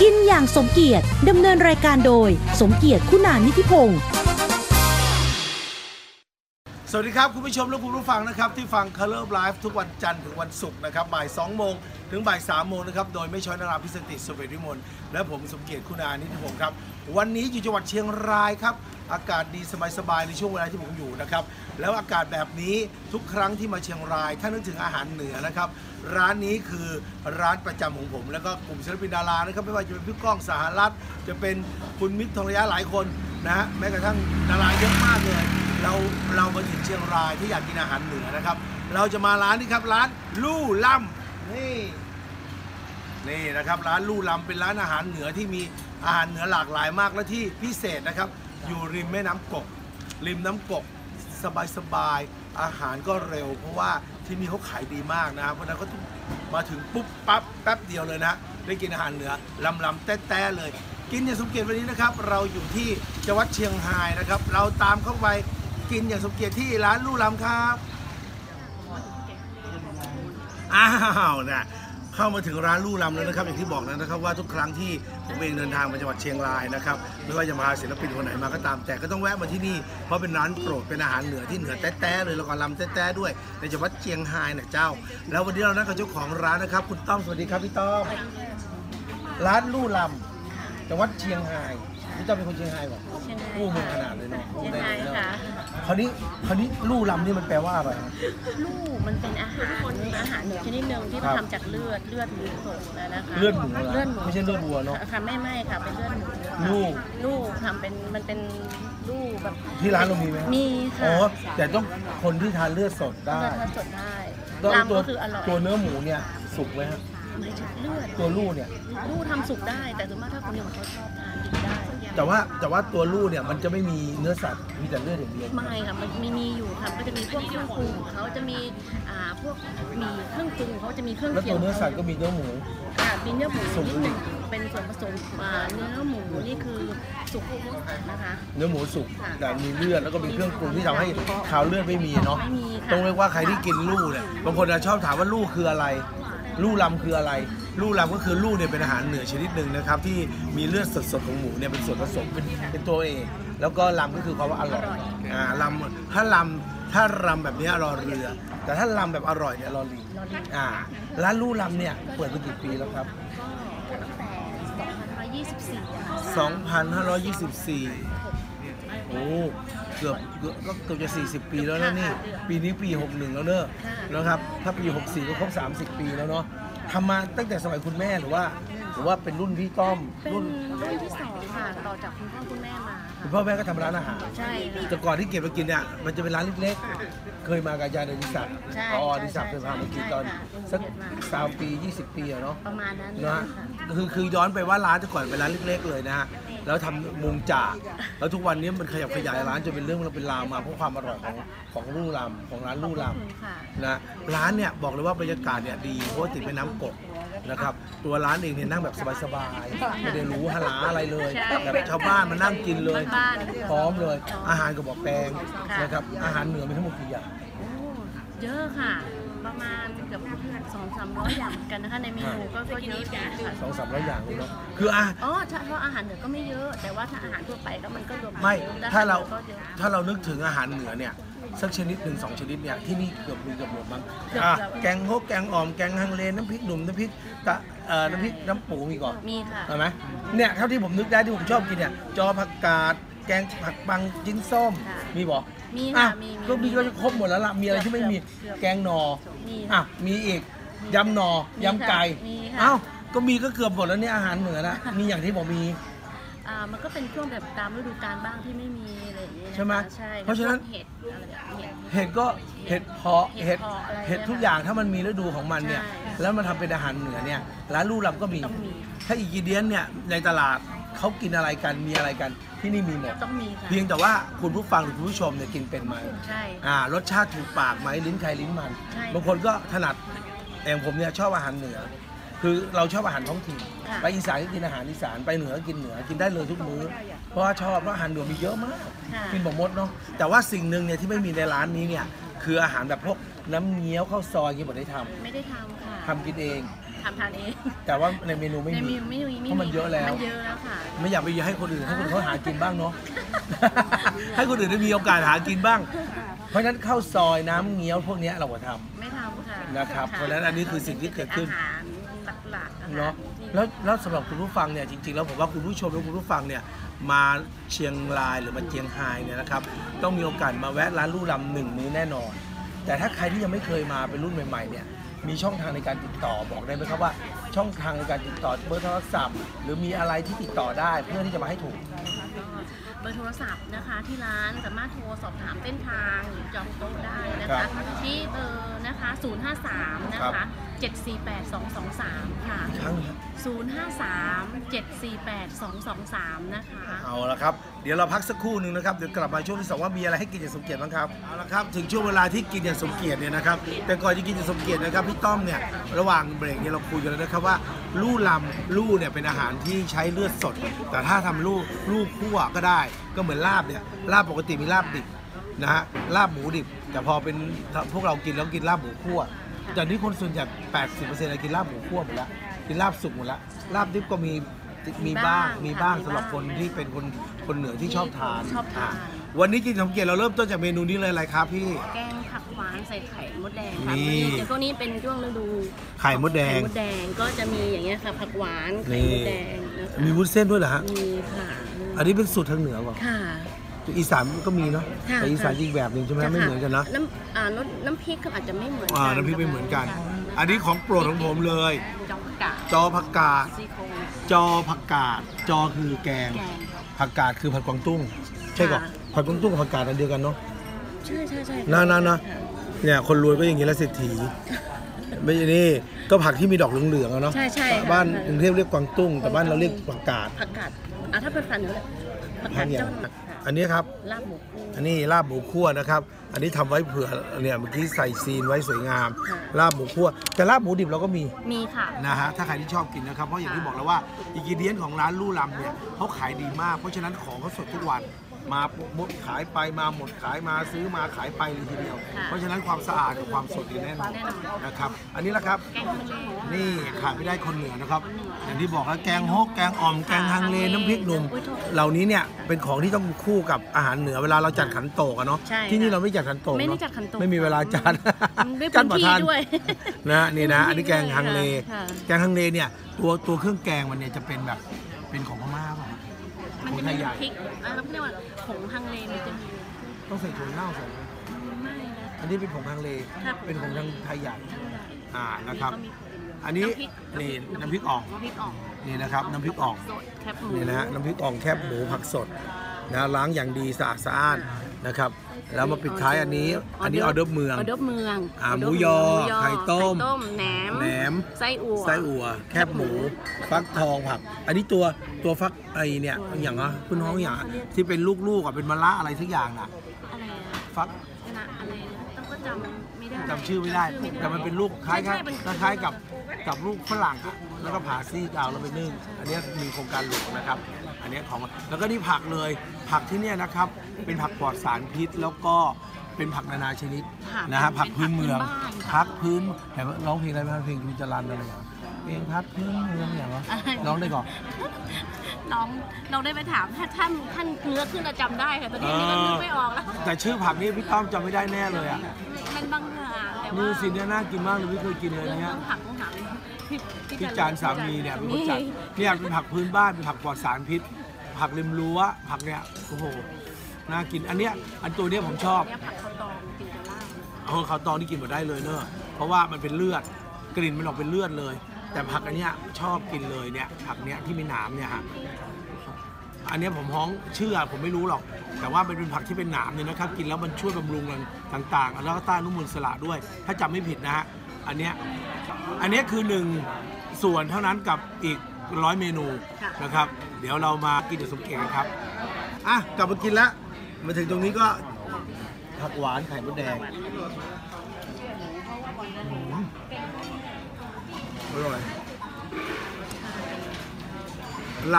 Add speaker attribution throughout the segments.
Speaker 1: กินอย่างสมเกียรติดำเนินรายการโดย สมเกียรติคุณานิธิพงศ์
Speaker 2: สวัสดีครับ คุณผู้ชมและคุณผู้ฟังนะครับ ที่ฟัง Color Live ทุกวันจันทร์ถึงวันศุกร์นะครับบ่าย2โมงถึงบ่าย3โมงนะครับ โดยไม่ช้อยนาราพิสติสเวทวิมลและผมสมเกียรติคุณานิธิพงศ์ครับ วันนี้อยู่จังหวัดเชียงรายครับ อากาศดีสบายๆในช่วงเวลาที่ผมอยู่นะครับ แล้วอากาศแบบนี้ทุกครั้งที่มาเชียงราย ถ้านึกถึงอาหารเหนือนะครับ ร้านนี้คือร้านประจำของผม แล้วก็กลุ่มศิลปินดารานะครับไม่ว่าจะเป็นพี่ก้องสหรัฐจะเป็นคุณมิตรทองระยะหลายคนนะฮะแม้กระทั่งดาราเยอะมากเลย เราเรามาถึงเชียงรายที่อยากกินอาหารเหนือนะครับ เราจะมาร้านนี้ครับร้านลู่ล่ำนี่นี่นะครับ ร้านลู่ล่ำเป็นร้านอาหารเหนือที่มีอาหารเหนือหลากหลายมากและที่พิเศษนะครับ อยู่ริมแม่น้ำกก ริมน้ำกกสบายสบายๆอาหารก็เร็ว เพราะว่าที่นี่เขาขายดีมากนะครับเพราะฉะนั้นก็ต้องมาถึงปุ๊บปั๊บแป๊บเดียวเลยนะได้กินอาหารเหนือลำลำๆแต้แต้ๆเลย กินอย่างสมเกียรติวันนี้นะครับ เราอยู่ที่จังหวัดเชียงรายนะครับ เราตามเข้าไปกินอย่างสมเกียรติที่ร้านลู่ลำครับ อ้าวนะเข้ามาถึงร้านลู่ลำแล้วนะครับ อย่างที่บอกแล้วนะครับ ว่าทุกครั้งที่ผมเองเดินทางมาจังหวัดเชียงรายนะครับไม่ว่าจะมาศิลปินคนไหนมาก็ตาม แต่ก็ต้องแวะมาที่นี่เพราะเป็นร้านโปรดเป็นอาหารเหนือที่เหนือแต้ๆเลยแล้วก็ลำแต้ๆด้วยในจังหวัดเชียงรายนะเจ้า แล้ววันนี้เรานั่งกับเจ้าของร้านนะครับ คุณต้อมสวัสดีครับพี่ต้อมร้านลู่ลำจังหวัดเชียงรายพี่ต้อมเป็นคนเชียงรายเหรอ
Speaker 3: เชียงราย
Speaker 2: กู้เมืองข
Speaker 3: ค่ะ
Speaker 2: นาดเลยเนาะ
Speaker 3: เชียงรายค่ะ
Speaker 2: คราวนี้คราวนี้ลู่ลำนี่มันแปลว่าอะไรฮะ
Speaker 3: ลูกมันเป็นอาหารอาหารหนึ่งชนิดหนึ่งที่
Speaker 2: ครับ
Speaker 3: ทำจากเลือดเลือดหมูสดนะนะคะ
Speaker 2: เลือดหมูเหรอ
Speaker 3: เลือดหมู
Speaker 2: ไม่ใช่เลือดวัวเนอะ
Speaker 3: ค่ะไม่ไม่ค่ะเป็นเลือดหมูค่ะ
Speaker 2: ลูก
Speaker 3: ลูกทำเป็นมันเป็นลูกแบบ
Speaker 2: ที่ร้านเรามีไหมฮะ
Speaker 3: มีค่ะ
Speaker 2: อ๋อแต่ต้องคนที่ทานเลือดสด
Speaker 3: เลื
Speaker 2: ได้
Speaker 3: อดสดได้
Speaker 2: แล้วตั
Speaker 3: ลำ
Speaker 2: ว
Speaker 3: ก็คืออร่อย
Speaker 2: ตัวเนื้อหมูเนี่ยสุกไหมฮะ
Speaker 3: ไม่ใช่เลือด
Speaker 2: ตัวลู่เนี่ย
Speaker 3: ลูกทำสุกได้ แต่ส่วนมากถ้าคนอื่นเขาชอบทานกินได้
Speaker 2: แต่ว่าแต่ว่าตัวลู่เนี่ยมันจะไม่มีเนื้อสัตว์มีแต่เลือดอย่างเดียว
Speaker 3: ไม่ค่ะมันมีมีอยู่ค่ะก็จะมีพวกเครื่องปรุงของเขาจะมีอ่าพวกมีเครื่องปรุงเขาจะมีเครื่อง
Speaker 2: แล้ว
Speaker 3: เคีย
Speaker 2: ตัว
Speaker 3: ง
Speaker 2: เนื้อสัตว์ก็มีเนื้อหมู
Speaker 3: ค่ะมีเนื้อหมู
Speaker 2: สุก
Speaker 3: นิดหนึ่งเป็นส่วนผสมอ่าเนื้อหมูนี่คือสุกนะคะ
Speaker 2: เนื้อหมูสุก
Speaker 3: ค่ะ
Speaker 2: แต่มีเลือดแล้วก็มีเครื่องปรุงที่ทำให้ขาวเลือดไม่มีเนาะ
Speaker 3: ไม่มีค่ะ
Speaker 2: ต้องเรียกว่าใครที่กินลู่เนี่ยบางคนจะชอบถามว่าลู่คืออะไร ลู่ลำคืออะไร ลู่ลำก็คือลู่เนี่ยเป็นอาหารเหนือชนิดหนึ่งนะครับที่มีเลือดสดๆของหมูเนี่ยเป็นส่วนผสมเป็นเป็นตัวเองแล้วก็ลำก็คือความว่าอร่อยอ่าลำถ้าลำถ้าลำแบบเนี้ยรอเรือ แต่ถ้าลำแบบอร่อยเนี่ยรอลิงอ่าร้านลู่ลำเนี่ยเปิดมากี่ปีแล้วครับ
Speaker 3: ก็ตั้งแต่2524ค่ะ
Speaker 2: 2,524 โอ้ เกือบเกือบก็เกือบจะ 40 ปีแล้วนะนี่ ปีนี้ปี 61 แล้วเนอะนะครับ ถ้าปี 64 ก็ครบ 30 ปีแล้วเนาะทำมาตั้งแต่สมัยคุณแม่หรือว่า หรือว่าเป็นรุ่นพี่ต้อม
Speaker 3: เป็น
Speaker 2: รุ่น
Speaker 3: รุ่นที่สองค่ะต่อจากคุณพ่อคุณแม่มา
Speaker 2: คุณพ่อ
Speaker 3: ค่ะ
Speaker 2: แม่ก็ทำร้านอาหาร
Speaker 3: ใช่ค่ะ
Speaker 2: แต่ก่อนที่เก็บมากินเนี่ย มันจะเป็นร้านเล็กๆ เคยมากับยายเดนิสัก
Speaker 3: ใช่
Speaker 2: พออดิสัก
Speaker 3: ใช่
Speaker 2: เคยพามากินตอน
Speaker 3: ใช่ค่ะ
Speaker 2: สักสามปี 20 ปีอะเนาะ
Speaker 3: ประมาณนั้น
Speaker 2: นะ
Speaker 3: ค่ะ
Speaker 2: ฮะคือคือย้อนไปว่าร้านแต่ก่อนเป็นร้านเล็ก ๆ เลยนะฮะแล้วทำมุงจากแล้วทุกวันนี้มันขยับขยายร้านจนเป็นเรื่องเราเป็นราวมาเพราะความอร่อยของของลู่ลำของร้านลู่
Speaker 3: ขอบ
Speaker 2: ลำ
Speaker 3: คุณค่ะ
Speaker 2: นะร้านเนี่ยบอกเลยว่าบรรยากาศเนี่ยดีเพราะว่าติดแม่น้ำกกนะครับตัวร้านเองเนี่ยนั่งแบบสบายๆไม่ได้หรู้หลาอะไรเลย
Speaker 3: ใช่
Speaker 2: แบบชาวบ้านมานั่งกินเลย
Speaker 3: บ้านๆ
Speaker 2: พร้อมเลย อาหารก็บอกแปลง
Speaker 3: ค่ะ
Speaker 2: นะครับอาหารเหนือมีทั้งหมดกี่อย่าง
Speaker 3: โอ้เยอะค่ะ ประมาณเกือบสองสามร้อยอย่างเหมือนกันนะคะในเมนูก็ก็เยอะค่ะ
Speaker 2: สองสามร้อยอย่างเลยเนาะคืออ่ะ
Speaker 3: อ๋อถ้าเพราะอาหารเหนือก็ไม่เยอะ แต่ว่าถ้าอาหารทั่วไปก็มันก็รวม
Speaker 2: ไม่
Speaker 3: แล้ว
Speaker 2: ถ้าเรา
Speaker 3: ก็เยอะ
Speaker 2: ถ้าเรานึกถึงอาหารเหนือเนี่ยสักชนิดหนึ่งสองชนิดเนี่ยที่นี่เกือบมีเกือบหมดมั้ง
Speaker 3: เกือบ
Speaker 2: อ่ะ
Speaker 3: เกือบ
Speaker 2: แกงฮกแกงอ่อมแกงฮังเลน้ำพริกหนุ่มน้ำพริกตะเอ่อน้ำพริกน้ำปูมีก่อน
Speaker 3: มีค่ะ
Speaker 2: ใช่ไหมเนี่ยเท่าที่ผมนึกได้ที่ผมชอบกินเนี่ย จอผักกาด แกงผักปังจิ้นส้ม
Speaker 3: ค่ะ
Speaker 2: มีบอก
Speaker 3: มี
Speaker 2: อ่ะ
Speaker 3: ค่ะมีมี
Speaker 2: ก็มีก็จะครบหมดแล้วล่ะ มีอะไรที่ไม่มี
Speaker 3: เกือบ
Speaker 2: แกงหนอ
Speaker 3: มี
Speaker 2: อ่ะมีอีกยำหนอ
Speaker 3: มี
Speaker 2: ยำไก่
Speaker 3: ค่ะมีค่ะ
Speaker 2: เอ้าก็มีก็เกือบหมดแล้วเนี่ยอาหารเหนือนะมีอย่างที่ผมมี
Speaker 3: อ่ามันก็เป็นช่วงแบบตามฤดูกาลบ้างที่ไม่มีอะไรอย่างเงี้ยนะคะ
Speaker 2: ใช่ไหม
Speaker 3: ใช่
Speaker 2: เพราะฉะนั้น
Speaker 3: เห็ดอะไรแบบเห็ด
Speaker 2: เห็ดก็เห็ดเพาะ
Speaker 3: เห็
Speaker 2: เห็ด
Speaker 3: ดเพาะอะไร
Speaker 2: เห็ดทุกอย่างถ้ามันมีฤดูของมันเนี่ย
Speaker 3: ใช่
Speaker 2: แล้วมันทำเป็นอาหารเหนือเนี่ยร้านลู่ลำก็มี
Speaker 3: ต้องมี
Speaker 2: ถ้าอีกิเดียนเนี่ยในตลาดเขากินอะไรกันมีอะไรกันที่นี่มีหมด
Speaker 3: ต้องมีค่ะ
Speaker 2: เพียงแต่ว่าคุณผู้ฟังหรือคุณผู้ชมเนี่ยกินเป็นไหม
Speaker 3: ใช่
Speaker 2: อ่ารสชาติถูกปากไหมลิ้นใครลิ้นมัน
Speaker 3: ใช่
Speaker 2: บางคนก็ถนัดอย่างผมเนี่ยชอบอาหารเหนือ คือเราชอบอาหารท้องถิ่น
Speaker 3: ค่ะ
Speaker 2: ไปอีสานก็กินอาหารอีสานไปเหนือก็กินเหนือกินได้เลยทุกมื้อ เพราะว่าชอบเพราะอาหารเหนือมีเยอะมาก
Speaker 3: ค่ะ
Speaker 2: กินแบบมดเนาะแต่ว่าสิ่งหนึ่งเนี่ยที่ไม่มีในร้านนี้เนี่ยคืออาหารแบบพวกน้ำเงี้ยวข้าวซอยที่ผมได้ทำ
Speaker 3: ไม่ได้ทำค่ะ
Speaker 2: ทำกินเอง
Speaker 3: ทำทานเอง
Speaker 2: แต่ว่าในเมนูไม่
Speaker 3: ในเม
Speaker 2: มี
Speaker 3: นูไม่มีไม่
Speaker 2: เพราะมันเยอะแล้ว
Speaker 3: มันเยอะแล้วค่ะ
Speaker 2: ไม่อยากไปให้คนอื่นให้คนอื่นเขาหากินบ้าง เนาะ ให้คนอื่นได้มีโอกาสหากินบ้าง เพราะฉะนั้นข้าวซอยน้ำเงี้ยวพวกเนี้ยเราก็ทำ
Speaker 3: ไม่ทำค่ะ
Speaker 2: นะครับเพราะฉะนั้นอันนี้คือสิ่งที่เกิดขึ้น
Speaker 3: อาหารหลักๆอหร
Speaker 2: เนาะ
Speaker 3: ที่
Speaker 2: แล้วแล้วสำหรับคุณผู้ฟังเนี่ยจริงๆแล้วผมว่าคุณผู้ชมและคุณผู้ฟังเนี่ยมาเชียงรายหรือมาเจียงไฮ้เนี่ยนะครับต้องมีโอกาสมาแวะร้านลู่ลำหนึ่งมื้อแน่นอน แต่ถ้าใครที่ยังไม่เคยมาเป็นรุ่นใหม่ๆเนี่ยมีช่องทางในการติดต่อบอกได้ไหมครับว่า ช่องทางในการติดต่อเบอร์โทรศัพท์ หรือมีอะไรที่ติดต่อได้เพื่อที่จะมาให้ถูก
Speaker 3: ก็เบอร์โทรศัพท์นะคะที่ร้านสามารถโทรสอบถามเส้นทางหรือจองโต๊ะได้นะ
Speaker 2: ครั
Speaker 3: คะ
Speaker 2: บ
Speaker 3: ที่เบอร์นะคะ 053 นะ
Speaker 2: ครั
Speaker 3: คะ
Speaker 2: บ
Speaker 3: 748223 ค่ะ
Speaker 2: ครั้ง
Speaker 3: 053 748223 นะคะ
Speaker 2: เอาละครับ เดี๋ยวเราพักสักครู่หนึ่งนะครับ เดี๋ยวกลับมาช่วงที่สองว่ามีอะไรให้กินอย่างสมเกียรติบ้างครับ เอาละครับ ถึงช่วงเวลาที่กินอย่างสมเกียรติเนี่ยนะครับ แต่ก่อนจะกินอย่างสมเกียรตินะครับพี่ต้อมเนี่ย ระหว่างเบรกเนี่ยเราคุยกันแล้วนะครับว่าลู่ลำลู่เนี่ยเป็นอาหารที่ใช้เลือดสด แต่ถ้าทำลู่ลู่คั่วก็ได้ ก็เหมือนลาบเนี่ย ลาบปกติมีลาบดิบนะฮะ ลาบหมูดิบ แต่พอเป็นพวกเรากินแล้วกินลาบหมูคั่ว แต่นี่คนส่วนใหญ่80%อะไรกินลาบหมูคั่วหมดละกินลาบสุกหมดละ ลาบดิบก็มี มีบ้าง มีบ้างสำหรับคนที่เป็นคนคนเหนือที่ชอบทาน
Speaker 3: ชอบทาน
Speaker 2: ะวันนี้จินสมเกียรติเราเริ่มต้นจากเมนูนี้เลยอะไรครับพี่
Speaker 3: แกงผักหวานใส่ไข่มดแดงค่ะ
Speaker 2: นี่
Speaker 3: เดี๋ยวช่วงนี้เป็นช่วงฤดู
Speaker 2: ไข่มดแดง
Speaker 3: ไข่มดแดงก็จะมีอย่างเงี้ยค่ะผักหวานไข่มดแดงนะคะ
Speaker 2: มีวุ้นเส้นด้วยเหรอฮะ
Speaker 3: มีค่ะ
Speaker 2: อันนี้เป็นสูตรทางเหนือเปล่ะ
Speaker 3: ค่ะ
Speaker 2: อีสานก็มีเนาะ
Speaker 3: ค่ะ
Speaker 2: แต่อีสานอีกแบบหนึ่งใช่ไหมไม่เหมือนกันนะ
Speaker 3: น้ำอ่ารสน้ำพริกก็อาจจะไม่เหมือนกั
Speaker 2: อ่าน้ำพริกไม่เหมือนกัน อันนี้ของโปรดของผมเลย
Speaker 3: จองกะ
Speaker 2: จอผักกาด
Speaker 3: ซี่โครง
Speaker 2: จอผักกาด จอคือแกง
Speaker 3: แกง
Speaker 2: ผักกาดคือผัดกวางตุ้ง ใช่ก่อน
Speaker 3: ค่ะ
Speaker 2: ผัดกวางตุ้งกับผักกาดอันเดียวกันเนาะ
Speaker 3: ใช่ใช่ใช่
Speaker 2: น่าน่าน่า
Speaker 3: ค่ะ
Speaker 2: เนี่ยคนรวยก็อย่างนี้แหละเศรษฐีไม่ใช่นี่ก็ผักที่มีดอกเหลืองๆอะเนาะ
Speaker 3: ใช่ใช่ค่ะ
Speaker 2: บ้านกรุงเทพเรียกกวางตุ้ง แต่บ้านเราเรียกผักกาด
Speaker 3: ผักกาดอ่ะถ้าเป็นฟันเหนือแหละผัก
Speaker 2: ผั
Speaker 3: กาก ด
Speaker 2: เนี่ย
Speaker 3: จ้อนค่ะ
Speaker 2: อันนี้ครับ
Speaker 3: ลาบหมูกุ้ง
Speaker 2: อันนี้ลาบหมูคั่วนะครับ อันนี้ทำไว้เผื่อเนี่ยเมื่อกี้ใส่ซีนไว้สวยงาม
Speaker 3: ค่ะ
Speaker 2: ลาบหมูคั่ว แต่ลาบหมูดิบเราก็มี
Speaker 3: มีค่ะ
Speaker 2: นะฮะถ้าใครที่ชอบกินนะครับ เพราะอย่างที่บอกแล้วว่าอิกิเดียนของร้านลู่ลำเนี่ยเขาขายดีมาก เพราะฉะนั้นของเขาสดทุกวัน มาหมดขายไปมาหมดขายมาซื้อมาขายไปเลยทีเดียว
Speaker 3: ค่ะ
Speaker 2: เพราะฉะนั้นความสะอาดกับความสดเนี่ยแน่นอน
Speaker 3: แน่นอน
Speaker 2: นะครับ อันนี้แหละครับ
Speaker 3: แกงทะเล
Speaker 2: นี่ขาดไม่ได้คนเหนือนะครับ อย่างที่บอกแล้วแกงฮกแกงอ่อมแกงฮังเลน้ำพริกหนุ่มเหล่านี้เนี่ยเป็นของที่ต้องคู่กับอาหารเหนือเวลาเราจัดขันโตกอะเนาะ
Speaker 3: ใช่ค่ะ
Speaker 2: ที่นี่เราไม่จัดขันโตกเอะ
Speaker 3: ไม่ได้จัดขันโตก
Speaker 2: ไม่มีเวลาจัด
Speaker 3: ด้วย
Speaker 2: จัดบ่
Speaker 3: พื้นที่
Speaker 2: ทัน
Speaker 3: ด้วย
Speaker 2: นะนี่นะ
Speaker 3: พื้นที่
Speaker 2: อันนี้แกงฮังเล
Speaker 3: ด้วยค่ะ
Speaker 2: แกงฮังเลเนี่ยตัวตัวเครื่องแกงมันเนี่ยจะเป็นแบบเป็นของพม่าป่ะ
Speaker 3: มั
Speaker 2: ขอ
Speaker 3: น
Speaker 2: ง
Speaker 3: จะ
Speaker 2: ไท
Speaker 3: มี
Speaker 2: ยใหญ่
Speaker 3: พริกอ่ะเราเรียกว่าผงฮังเลมันจะมี
Speaker 2: ต้องใส่ถั่วเน่าใส่
Speaker 3: ไม่นะ
Speaker 2: อันนี้เป็นของฮังเล
Speaker 3: ค่ะ
Speaker 2: เป็นของทางไทยใหญ่อ่า
Speaker 3: ก็
Speaker 2: นะครับ
Speaker 3: มี
Speaker 2: อันนี้
Speaker 3: ำพริก
Speaker 2: นี่น้ำพริกอ่อง
Speaker 3: น้ำพริกอ่อง
Speaker 2: นี่นะครับน้ำพริกอ่อง
Speaker 3: สดแคบหมู
Speaker 2: นี่นะฮะน้ำพริกอ่องแคบหมูผักสดนะล้างอย่างดีสะอาดสะอ้านนะครับ แล้วมาปิดท้ายอันนี้ อันนี้ออเดอร์เมือง
Speaker 3: ออเดอร์เมือง
Speaker 2: อ่า
Speaker 3: เด
Speaker 2: ห
Speaker 3: ร์
Speaker 2: มูยอ
Speaker 3: เง
Speaker 2: ไข่ต้ม
Speaker 3: ไข่ต้มแหนม
Speaker 2: แหนม
Speaker 3: ไส้อั่ว
Speaker 2: ไส้อั่วแคบหมูฟักทองผัก อันนี้ตัวตัวฟักไอเนี่ยอย่างอ่ะคุณน้องอย่างอะที่เป็นลูกๆอ่ะเป็นมะระอะไรสักอย่างน่ะ
Speaker 3: อะไรนะ
Speaker 2: ฟัก
Speaker 3: นะอะไรนะต้องก็จำไม่ได้
Speaker 2: จำชื่อไม่ได้ แต่มันเป็นลูกคล้าย
Speaker 3: ใช่ใช่เป็น
Speaker 2: ๆคล้ายๆกับกับลูกฝรั่งอ่ะแล้วก็ผ่าซี่กาวแล้วไปนึ่งอันเนี้ยมีโครงการหลวงนะครับ อันเนี้ยของแล้วก็นี่ผักเลย ผักที่เนี่ยนะครับ เป็นผักปลอดสารพิษแล้วก็เป็นผักนานาชนิด
Speaker 3: ผัก
Speaker 2: นะฮะผักพื้นเมือง
Speaker 3: บ้านค่ะ
Speaker 2: พักพื้นแต่ว่าร้องเพลงอะไรไหมครับเพลงคุณจรันอะไรอย่างเพลงพักพื้นเมืองอย่างวะ
Speaker 3: อะไร
Speaker 2: ร้องได้ก่อน
Speaker 3: น้องเราได้ไปถามถ้าท่านท่านเนื้อขึ้นเราจำได้ค่ะตอนนี้นี่ก็นึกไม่ออกแล้ว
Speaker 2: แต่ชื่อผักนี่พี่ต้อมจำไม่ได้แน่เลยอ่ะ
Speaker 3: มันบางอย่างแต่ว่า
Speaker 2: นี่สิเนี่ยน่ากินมากเลยไม่เคยกินเลย
Speaker 3: เรื่อง
Speaker 2: นะฮะ
Speaker 3: เรื่องผักของหางพี่
Speaker 2: พี่จานสามีเนี่ยเป็นคนจัดเนี่ยเป็นผักพื้นบ้านเป็นผักปลอดสารพิษ ผักริมรั้วผักเนี่ยโอ้โหน่ากินอันเนี้ยอันตัวเนี้ยผมชอบ
Speaker 3: เนี่ยผักข้าวตองกินจะล่าบ
Speaker 2: เอาเขาวตองนี่กินหมดได้เลยเนอะเพราะว่ามันเป็นเลือดกลิ่นมันออกเป็นเลือดเลย แต่ผักอันเนี้ยชอบกินเลยเนี่ยผักเนี้ยที่มีหนามเนี่ยฮะอันเนี้ยผมฮ้องเชื่อผมไม่รู้หรอก แต่ว่ามันเป็นผักที่เป็นหนามเนี่ยนะครับ กินแล้วมันช่วยบำรุงอะไรต่าง ๆ แล้วก็ต้านอนุมูลอิสละด้วย ถ้าจำไม่ผิดนะฮะอันเนี้ยอันเนี้ยคือหนึ่งส่วนเท่านั้นกับอีกร้อยเมนูนะครับ เดี๋ยวเรามากินเดี๋ยวสมเกตกันครับอ่ะกลับมากินละมาถึงตรงนี้ก็ผักหวานไข่มดแดง อร่อยล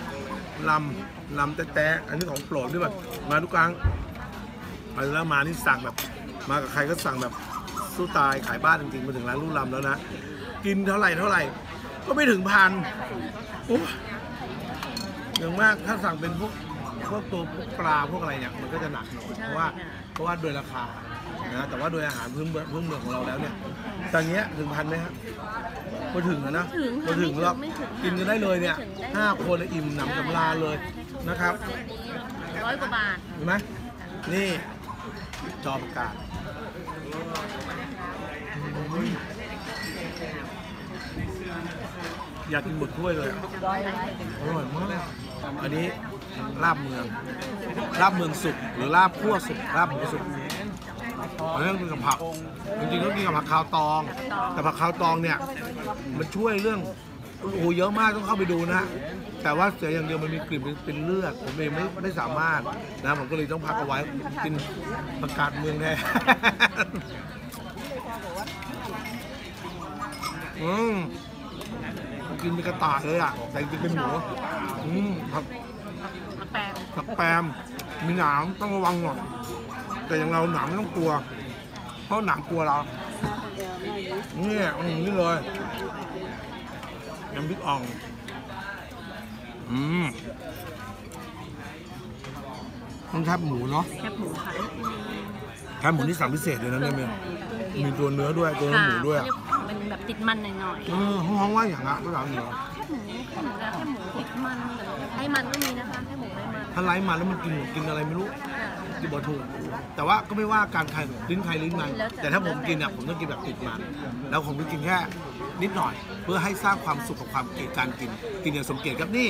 Speaker 2: ำ ลำ ลำแต๊ะๆอันนี้ของโปรดด้วยแบบมาทุกครั้งมาแล้วมานี่สั่งแบบ มากับใครก็สั่งแบบสู้ตายขายบ้านจริงๆมาถึงร้านลู่ลำแล้วนะ กินเท่าไหร่เท่าไหร่ ก็ไม่ถึงพันโอ้ยอย่างมากถ้าสั่งเป็นพวกพวกตัวพวกปลาพวกอะไรเนี่ยมันก็จะหนักหน่อยเพ
Speaker 3: ใช่
Speaker 2: ราะว่า
Speaker 3: ค่ะ
Speaker 2: เพราะว่าโดยราคานะแต่ว่าโดยอาหารพื้นเมืองพื้นเมืองของเราแล้วเนี่ยตอนเนี้ยถึงพันไหมครับมาถึงแล้วนะ
Speaker 3: ถึง
Speaker 2: มา
Speaker 3: ค่ะ
Speaker 2: ถึงแล้ว
Speaker 3: ไม่ถึงค่ะ
Speaker 2: กินกันได้เลยเนี่ย
Speaker 3: ไม่ถึงได้
Speaker 2: ห้าคนเลยอิ่มหนำสำราญเลยนะครับ
Speaker 3: เส้นนี้ร้อยกว่าบาท
Speaker 2: เห็นไหมนี่จอประกาศ อยากกินหมดถ้วยเลยอะอร่อยมาก อันนี้ลาบเมือง ลาบเมืองสุกหรือลาบคั่วสุกลาบหมูสุกอันนี้ต้องกินกับผัก จริงๆต้องกินกับผักขาวตอง แต่ผักขาวตองเนี่ย มันช่วยเรื่องโอ้โหเยอะมากต้องเข้าไปดูนะ แต่ว่าเสียอย่างเดียวมันมีกลิ่นเป็นเป็นเลือด ผมเองไม่ไม่สามารถนะผมก็เลยต้องพักเอาไว้กินประกาศเมืองแทน อืม กินเป็นกระต่ายเลยอ่ะ แต่จริงๆเป็นหมูอืมผัก
Speaker 3: แปลง
Speaker 2: ผักแปมมีหนามต้องระวังหน่อยแต่อย่างเราหนามไม่ต้องกลัว เพราะหนามกลัวเราเนี่ยอืมนี่เลยน้ำพริกอ่องอืมต้องแทบหมูเนาะ
Speaker 3: แคบหมูค่ะ
Speaker 2: แทบหมูนี่สั่งพิเศษเลยนะเนี่ยเมียมีตัวเนื้อด้วยตัว
Speaker 3: ค่ะ
Speaker 2: หมูด้วย
Speaker 3: เขาเรียกมันแบบติดมันหน่อย
Speaker 2: เออห้องๆว่าอย่างอ่ะภาษาเหนือ
Speaker 3: ๆแคบหมูแคบหมูนะแคบหมูติดมันแต่ไอ้มันก็มีนะคะแคบหมูไอ้มัน
Speaker 2: ถ้าไลฟ์มาแล้วมันกินหมูกินอะไรไม่รู้
Speaker 3: ค่ะ
Speaker 2: ที่บอถูกแต่ว่าก็ไม่ว่าการใครลิ้นใครลิ้นมัน
Speaker 3: แล้วแต่
Speaker 2: แต่ถ้าผมกินอ่ะผมต้องกินแบบติดมัน แล้วผมก็กินแค่นิดหน่อย เพื่อให้สร้างความสุขกับความเกลียดการกิน กินอย่างสมเกียรติครับนี่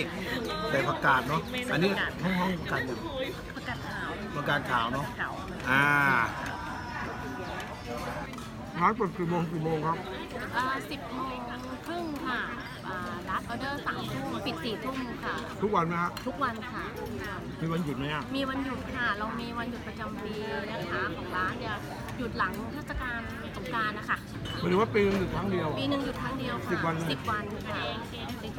Speaker 2: ใส่ผักกาดเนาะอันนี้ห้องห้องๆผักกาดเนี่ย
Speaker 3: ประกาศขาว
Speaker 2: ผักกาดขาวเนาะ
Speaker 3: เก่า
Speaker 2: อ่าร้านเปิดกี่โมงกี่โมงครับ
Speaker 3: สิบโมงครึ่งค่ะอ่ารับออเดอร์สามทุ่มปิดสี่ทุ่มค่ะ
Speaker 2: ทุกวันไหมฮะ
Speaker 3: ทุกวันค่ะ
Speaker 2: มีวันหยุดไหมอ่ะ
Speaker 3: มีวันหยุดค่ะ เรามีวันหยุดประจำปีนะคะของร้านเนี่ยหยุดหลังเทศกาลสงกรารนะคะ
Speaker 2: ไม่รู้ว่าปีนึงหยุดครั้งเดียว
Speaker 3: ปี
Speaker 2: อะ
Speaker 3: หนึ่งหยุดครั้งเดียว
Speaker 2: สิ
Speaker 3: ค่ะ
Speaker 2: บวันเลย
Speaker 3: สิบวันค่ะ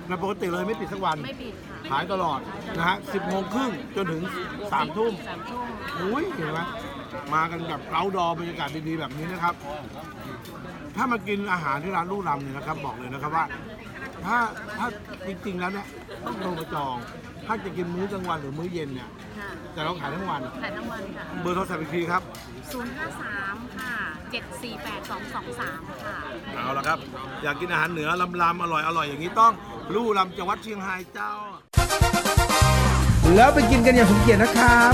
Speaker 2: แล้วปกติเลยไม่ปิดสักวัน
Speaker 3: ไม่ปิดค่ะ
Speaker 2: ขายตลอดนะฮะสิบโมงครึ่งจนถึงสามทุ่ม
Speaker 3: สามทุ่ม
Speaker 2: อุ้ยเห็นไหมมากันแบบเราดอบรรยากาศดีๆแบบนี้นะครับ ถ้ามากินอาหารที่ร้านลูกรำเนี่ยนะครับ บอกเลยนะครับว่า ถ้าถ้าจริงๆแล้วเนี่ยต้องโทรมาจอง ถ้าจะกินมื้อกลางวันหรือมื้อเย็นเนี่ย
Speaker 3: ค่ะ
Speaker 2: แต่เราขายทั้งวัน
Speaker 3: ขายทั้งวันค่ะ
Speaker 2: เบอร์โทรศัพท์อีกทีครับ
Speaker 3: ศูนย์ห้าสามค่ะเจ็ดสี่แปดสองสองสามค่ะ
Speaker 2: เอาละครับ อยากกินอาหารเหนือลำๆอร่อยอร่อยอย่างนี้ต้องลู่ลำจังหวัดเชียงรายเจ้า
Speaker 4: แล้วไปกินกันอย่างสมเกียรตินะครับ